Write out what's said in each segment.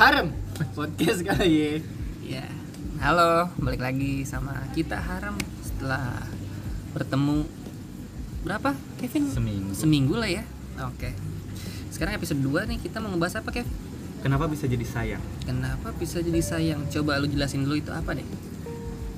Harem podcast kali ya. Ya, halo, balik lagi sama kita Haram setelah bertemu berapa Kevin? Seminggu. Seminggu lah ya. Oke. Sekarang episode 2 nih kita mau ngebahas apa Kevin? Kenapa bisa jadi sayang? Kenapa bisa jadi sayang? Coba lu jelasin dulu itu apa deh.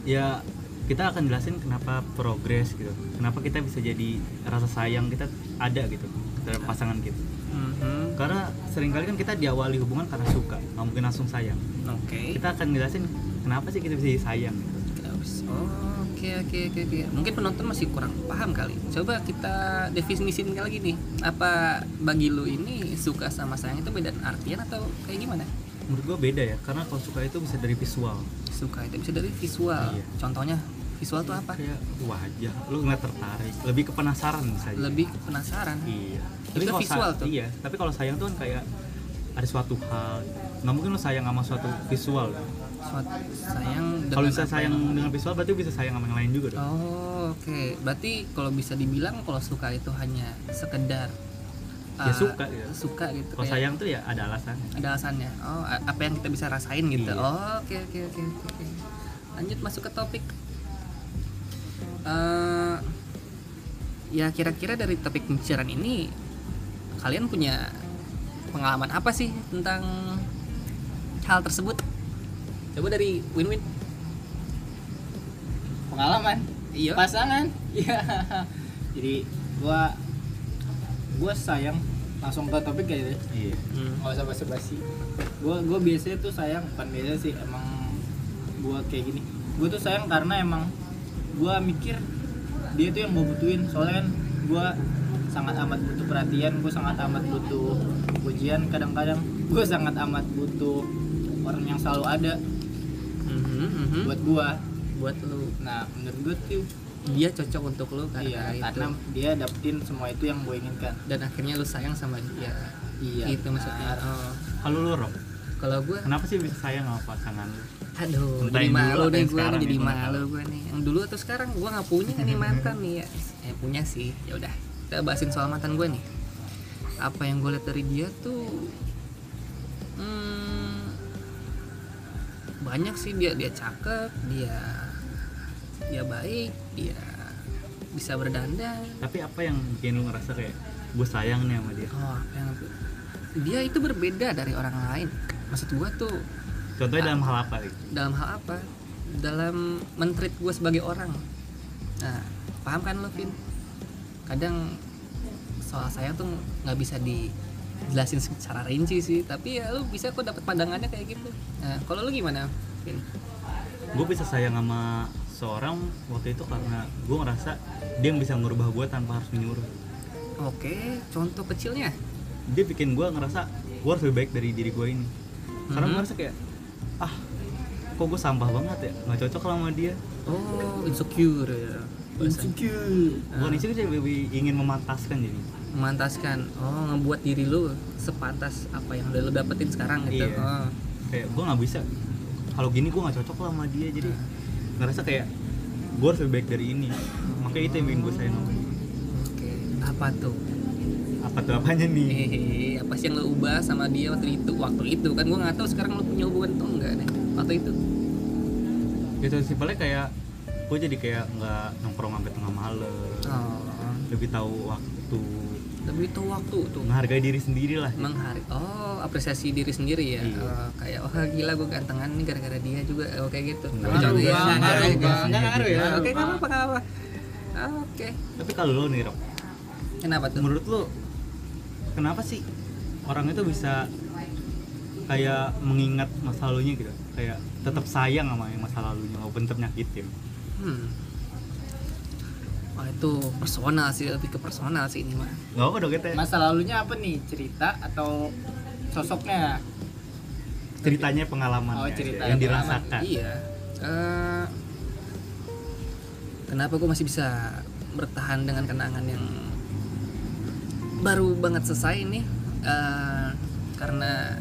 Ya kita akan jelasin kenapa progres gitu. Kenapa kita bisa jadi rasa sayang kita ada gitu terhadap pasangan kita. Mhm. Karena seringkali kan kita diawali hubungan karena suka, nggak mungkin langsung sayang. Oke. Kita akan jelasin kenapa sih kita bisa jadi sayang gitu. Oh, Oke oke oke oke. Mungkin penonton masih kurang paham kali. Coba kita definisiin lagi nih. Apa bagi lu ini suka sama sayang itu beda artian atau kayak gimana? Menurut gua beda ya, karena kalau suka itu bisa dari visual. Suka itu bisa dari visual. Iya. Contohnya visual tuh apa? Kayak wajah, lu nggak tertarik, lebih ke penasaran misalnya. Lebih ke penasaran. Iya. Itu kalau visual sa- tuh. Iya, tapi kalau sayang tuh kan kayak ada suatu hal. Nggak mungkin lu sayang sama suatu visual. kan? Suat- sayang dengan Kalau bisa apa sayang yang- dengan visual berarti bisa sayang sama yang lain juga dong. Oh, oke. Berarti kalau bisa dibilang kalau suka itu hanya sekedar Ya, eh, suka, ya. Suka gitu. Kalau kayak- sayang tuh ya ada alasannya. ada alasannya oh a- apa yang kita bisa rasain gitu Iya. oh oke oke oke oke, oke. lanjut masuk ke topik Eh, ya kira-kira dari topik pembicaraan ini kalian punya pengalaman apa sih tentang hal tersebut coba dari win-win Pengalaman iya pasangan. Iya. Jadi gua gua sayang langsung ke topik kayaknya. Iya. Hmm. nggak usah basa-basi gue gue biasanya tuh sayang bukan biasa sih emang gue kayak gini gue tuh sayang karena emang gue mikir dia tuh yang gue butuhin soalnya kan gue sangat amat butuh perhatian gue sangat amat butuh pujian kadang-kadang gue sangat amat butuh orang yang selalu ada Mhm, mhm. buat gue buat lu nah menurut gue tuh dia cocok untuk lu karena iya itu karena dia dapetin semua itu yang gue inginkan dan akhirnya lu sayang sama dia iya itu maksudnya benar. oh. Kalau lu Rob, kalau gue kenapa sih bisa sayang sama pasangan lu? Aduh, jadi Entah yang dulu malu atau deh yang gue, sekarang jadi nih, gua nggak malu gue nih. Yang dulu atau sekarang gue nggak punya nih mantan nih ya. Eh punya sih, ya udah. Kita bahasin soal mantan gue nih. Apa yang gue lihat dari dia tuh, hmm, banyak sih dia dia cakep, dia dia baik, dia bisa berdandan. Tapi apa yang bikin lu ngerasa kayak gue sayang nih sama dia? Oh, apa yang dia itu berbeda dari orang lain. Maksud gue tuh Contohnya dalam hal apa gitu? dalam hal apa dalam mentreat gue sebagai orang nah paham kan lo Vin kadang soal saya tuh nggak bisa dijelasin secara rinci sih tapi ya lo bisa kok dapat pandangannya kayak gitu nah kalau lo gimana Vin Gue bisa sayang sama seorang waktu itu karena gue ngerasa dia yang bisa ngerubah gue tanpa harus menyuruh. oke contoh kecilnya Dia bikin gue ngerasa gue harus lebih baik dari diri gue ini. Karena Mhm. gue ngerasa kayak ah kok gue sampah banget ya nggak cocok lah sama dia. oh insecure ya. Bahasa- insecure Bukan Ah. itu dia lebih ingin memantaskan jadi. memantaskan oh ngebuat diri lo sepantas apa yang udah lo dapetin sekarang gitu Iya. Oh. kayak gue nggak bisa kalau gini gue nggak cocok lah sama dia jadi ngerasa kayak gue harus lebih baik dari ini makanya itu yang bikin gue sayang sama dia. oke apa tuh apa tuh apanya nih Iya. Hehehe, apa sih yang lo ubah sama dia waktu itu? Waktu itu kan gue nggak tahu sekarang lo punya hubungan atau enggak deh. Waktu itu. gitu simpelnya kayak gue jadi kayak nggak nongkrong sampai tengah malam Oh, lebih tahu waktu lebih itu waktu tuh. menghargai diri sendiri lah Menghari. Oh, apresiasi diri sendiri ya. Iya. Oh, kayak oh gila gue gantengan nih gara-gara dia juga. Oh, kayak gitu. Enggak, Tapi ngaruh, jangan- Bang, jangan- ngaruh, jangan- Bang. Nggak ngaruh jangan. ya. Oke, nggak apa-apa, nggak apa-apa. Ah, Oke. tapi kalau lo nih Rob Kenapa tuh? menurut lo kenapa sih orang itu bisa kayak mengingat masa lalunya gitu kayak tetap sayang sama yang masa lalunya walaupun tetap nyakitin Hmm. Wah, itu personal sih, lebih ke personal sih ini mah. nggak apa dong kita Nah, masa lalunya apa nih cerita atau sosoknya ceritanya pengalaman Oh, ya, cerita yang pengalaman. dirasakan Iya. Eh, kenapa gue masih bisa bertahan dengan kenangan yang baru banget selesai nih? Eh, karena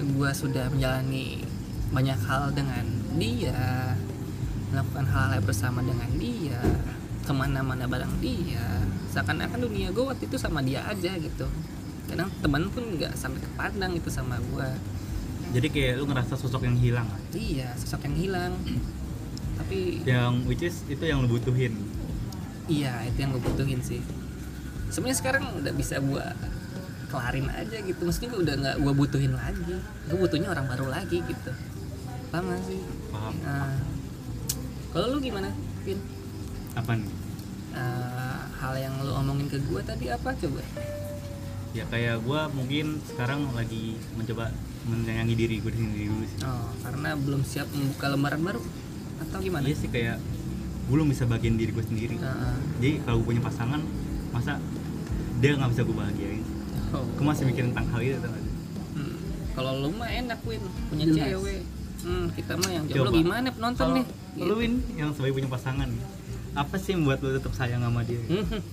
gue sudah menjalani banyak hal dengan dia, melakukan hal-hal bersama dengan dia, kemana-mana bareng dia. Seakan-akan dunia gue waktu itu sama dia aja gitu. kadang teman pun nggak sampai kepandang itu sama gua jadi kayak lu ngerasa sosok yang hilang kan? iya sosok yang hilang tapi yang which is itu yang lu butuhin iya itu yang gue butuhin sih sebenarnya sekarang udah bisa gua kelarin aja gitu maksudnya gua udah nggak gua butuhin lagi gue butuhnya orang baru lagi gitu lama sih paham nah, kalau lu gimana Vin apa nih Eh, hal yang lu omongin ke gua tadi apa coba ya kayak gua mungkin sekarang lagi mencoba menyayangi diri gue sendiri dulu sih oh karena belum siap membuka lembaran baru atau gimana iya sih kayak gue belum bisa bagian diri gue sendiri Nah, jadi kalau gue punya pasangan masa dia nggak bisa gue bahagiain oh. gue masih mikirin tentang hal itu tau nggak sih? Hmm, kalau lu mah enak Win punya Jelas. cewek hmm, kita mah yang jomblo Coba. gimana penonton Kalau nih Gitu. lu Win yang sebagai punya pasangan apa sih yang membuat lu tetap sayang sama dia Mhm.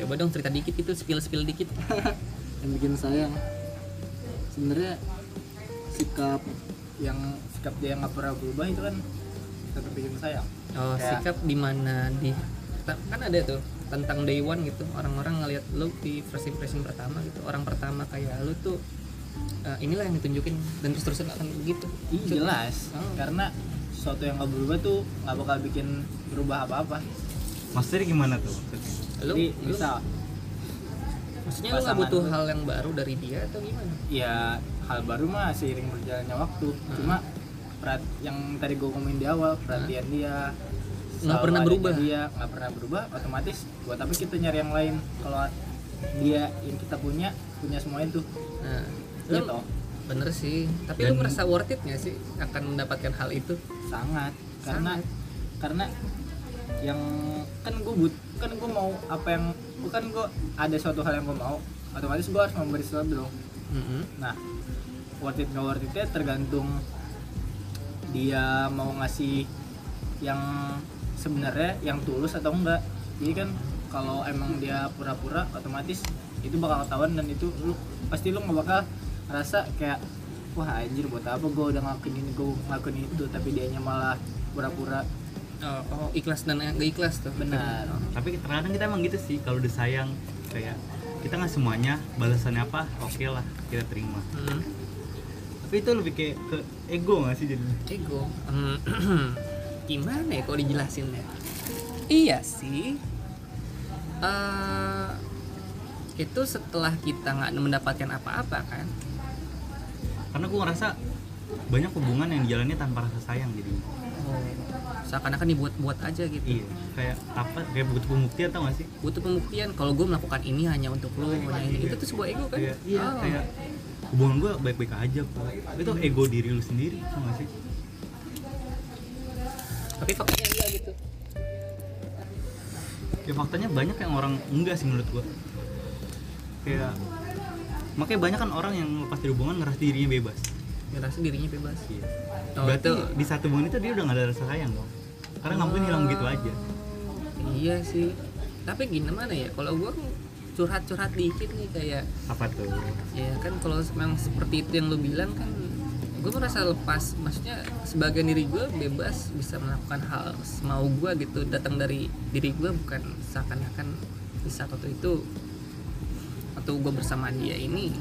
Coba dong cerita dikit itu spill spill dikit. yang bikin sayang sebenarnya sikap yang sikap dia nggak pernah berubah itu kan tetap bikin sayang Oh, Ya. sikap di mana di ta- kan ada tuh tentang day one gitu orang-orang ngelihat lu di first impression pertama gitu orang pertama kayak lu tuh eh, inilah yang ditunjukin dan terus terusan akan gitu. begitu Ih, Cut. jelas Oh. karena sesuatu yang nggak berubah tuh nggak bakal bikin berubah apa apa maksudnya gimana tuh maksudnya lu, jadi lu- misal maksudnya lu nggak pasangan butuh lu. hal yang baru dari dia atau gimana ya hal baru mah seiring berjalannya waktu Hmm. cuma perat yang tadi gue ngomongin di awal perhatian dia Hmm. Nggak selalu pernah adanya berubah. dia nggak pernah berubah otomatis buat apa kita nyari yang lain kalau dia yang kita punya punya semua itu nah lu gitu bener sih tapi lu Dan- merasa worth it gak sih akan mendapatkan hal itu sangat karena karena yang kan gue but kan gue mau apa yang bukan gue ada suatu hal yang gue mau otomatis gue harus memberi sesuatu dong Mhm. Nah, worth it nggak worth it tergantung dia mau ngasih yang sebenarnya yang tulus atau enggak. Jadi kan kalau emang dia pura-pura otomatis itu bakal ketahuan dan itu lu pasti lu nggak bakal rasa kayak wah anjir buat apa gue udah ngelakuin ini gue ngelakuin itu tapi dianya malah pura-pura oh, oh, ikhlas dan nggak ikhlas tuh benar tapi terkadang kita emang gitu sih kalau udah sayang kayak kita nggak semuanya balasannya apa oke lah kita terima Mhm. tapi itu lebih kayak ke ego nggak sih jadi ego Hmm, gimana ya kalau dijelasin ya iya sih Eh, itu setelah kita nggak mendapatkan apa-apa kan karena gue ngerasa banyak hubungan yang dijalani tanpa rasa sayang jadi oh, seakan-akan dibuat-buat aja gitu iya kayak apa kayak butuh pembuktian tau gak sih butuh pembuktian kalau gue melakukan ini hanya untuk lo hanya ini. itu tuh sebuah ego kan kayak iya Oh. kayak hubungan gue baik-baik aja kok itu ego diri lu sendiri tau gak sih tapi faktanya enggak gitu ya faktanya banyak yang orang enggak sih menurut gue kayak makanya banyak kan orang yang lepas dari hubungan ngerasa dirinya bebas ngerasa dirinya bebas iya Oh, berarti itu- di satu hubungan itu dia udah gak ada rasa sayang dong karena nggak mungkin hilang gitu aja iya sih tapi gimana ya kalau gue curhat-curhat dikit nih kayak apa tuh ya kan kalau memang seperti itu yang lo bilang kan gue merasa lepas maksudnya sebagai diri gue bebas bisa melakukan hal semau gue gitu datang dari diri gue bukan seakan-akan di saat waktu itu atau gue bersama dia ini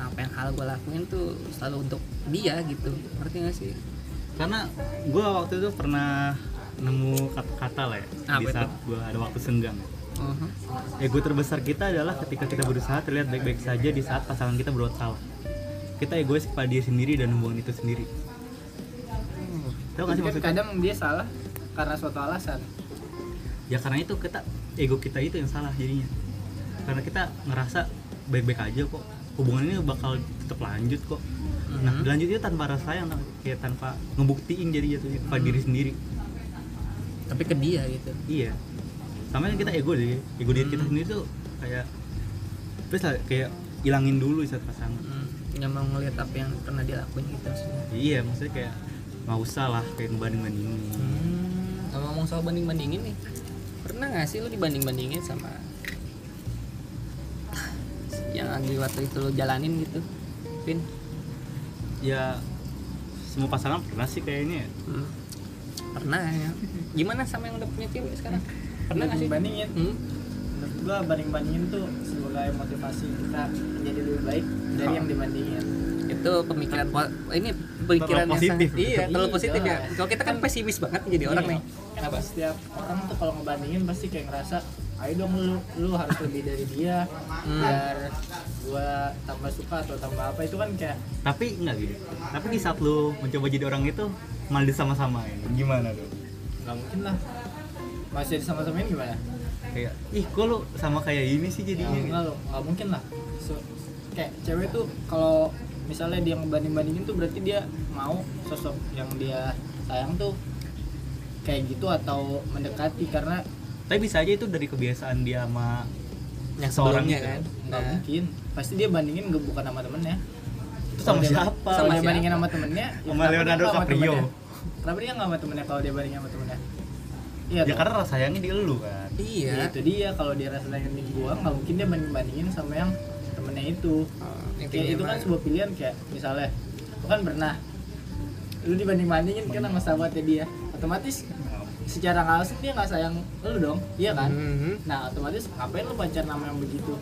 apa yang hal gue lakuin tuh selalu untuk dia gitu ngerti gak sih karena gue waktu itu pernah nemu kata-kata lah ya Apa di itu? saat gue ada waktu senggang Uh-huh. Mhm. ego terbesar kita adalah ketika kita berusaha terlihat baik-baik saja di saat pasangan kita berbuat salah kita egois kepada diri sendiri dan hubungan itu sendiri tau gak Tapi sih kan maksudnya kadang dia salah karena suatu alasan ya karena itu kita ego kita itu yang salah jadinya karena kita ngerasa baik-baik aja kok hubungan ini bakal tetap lanjut kok nah Mhm. lanjutnya tanpa rasa sayang tau gak sih? kayak tanpa ngebuktiin jadi jatuhnya kepada diri sendiri tapi ke dia gitu iya sama kan kita ego deh ego diri kita Mhm. sendiri tuh kayak terus lah, kayak ilangin dulu di saat pasangan Hmm, nggak mau ngelihat apa yang pernah dia lakuin gitu maksudnya iya maksudnya kayak nggak usah lah kayak ngebanding bandingin Hmm, ngomong soal banding bandingin nih, pernah nggak sih lu dibanding bandingin sama yang lagi waktu itu lu jalanin gitu, Vin? ya semua pasangan pernah sih kayaknya ya. Hmm. Pernah ya. Gimana sama yang udah punya cewek sekarang? Pernah Pernah nggak sih? dibandingin Hmm? menurut gua banding bandingin tuh sebagai motivasi kita menjadi lebih baik dari Iya. yang dibandingin itu pemikiran po- ini pemikiran Terlalu yang positif. sangat- iya terlalu Iya. positif ya kalau kita kan pesimis banget jadi orang Iya. nih Kan setiap orang tuh kalau ngebandingin pasti kayak ngerasa ayo dong lu lu harus lebih dari dia Hmm. biar gua tambah suka atau tambah apa itu kan kayak tapi enggak gitu tapi di saat lu mencoba jadi orang itu malah sama-sama ya gimana tuh nggak mungkin lah masih disama-samain gimana kayak ih kok lu sama kayak ini sih Ya, jadinya enggak gitu. loh, nggak mungkin lah. So- kayak cewek tuh kalau misalnya dia ngebanding-bandingin tuh berarti dia mau sosok yang dia sayang tuh kayak gitu atau mendekati karena tapi bisa aja itu dari kebiasaan dia sama yang Seorang gitu. sebelumnya itu. kan nggak nah, mungkin. Pasti dia bandingin nggak bukan sama temennya. itu sama Kalau dia- siapa Kalau Sama dia siapa? bandingin sama temennya, ya Sama kenapa dia Leonardo nggak sama DiCaprio. temennya? Kenapa dia nggak sama temennya kalau dia bandingin sama temennya? Iya, ya toh? karena rasa sayangnya di lu kan iya Ya, itu dia kalau dia rasa sayang di gua nggak mungkin dia banding bandingin sama yang temennya itu. Oh, intinya kayak itu kan mah- sebuah pilihan kayak misalnya lu kan pernah lu dibanding bandingin kan sama sahabatnya dia otomatis secara nggak langsung dia nggak sayang lu dong iya kan Mhm. nah otomatis ngapain lu pacaran sama yang begitu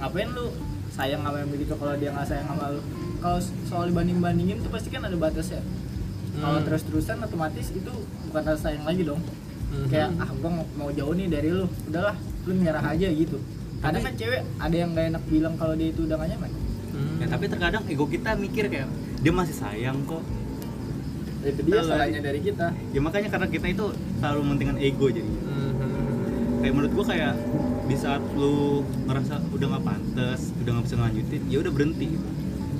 ngapain lu sayang sama yang begitu kalau dia nggak sayang sama lu kalau soal dibanding bandingin tuh pasti kan ada batasnya kalau Hmm. terus terusan otomatis itu bukan rasa sayang lagi dong Mhm. kayak ah gue mau jauh nih dari lu udahlah lu nyerah aja gitu kadang kan cewek ada yang gak enak bilang kalau dia itu udah gak nyaman Hmm. ya tapi terkadang ego kita mikir kayak dia masih sayang kok itu dia Betul, salahnya dari kita ya makanya karena kita itu terlalu mementingkan ego jadinya Mhm. kayak menurut gua kayak di saat lu ngerasa udah nggak pantas udah nggak bisa ngelanjutin ya udah berhenti gitu.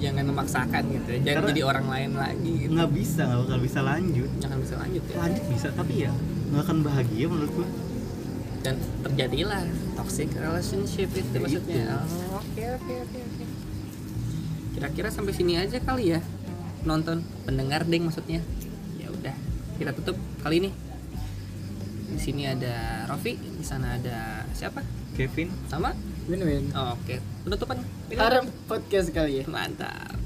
jangan memaksakan gitu ya. jangan Karena- jadi orang lain lagi gitu nggak bisa nggak bakal bisa lanjut jangan bisa lanjut ya lanjut bisa tapi ya nggak akan bahagia menurut gua dan terjadilah toxic relationship itu Ya, maksudnya itu. Oh, oke oke oke oke kira-kira sampai sini aja kali ya nonton pendengar deng maksudnya ya udah kita tutup kali ini di sini ada Rofi di sana ada siapa Kevin sama win win Oh, oke penutupan Arem podcast kali ya mantap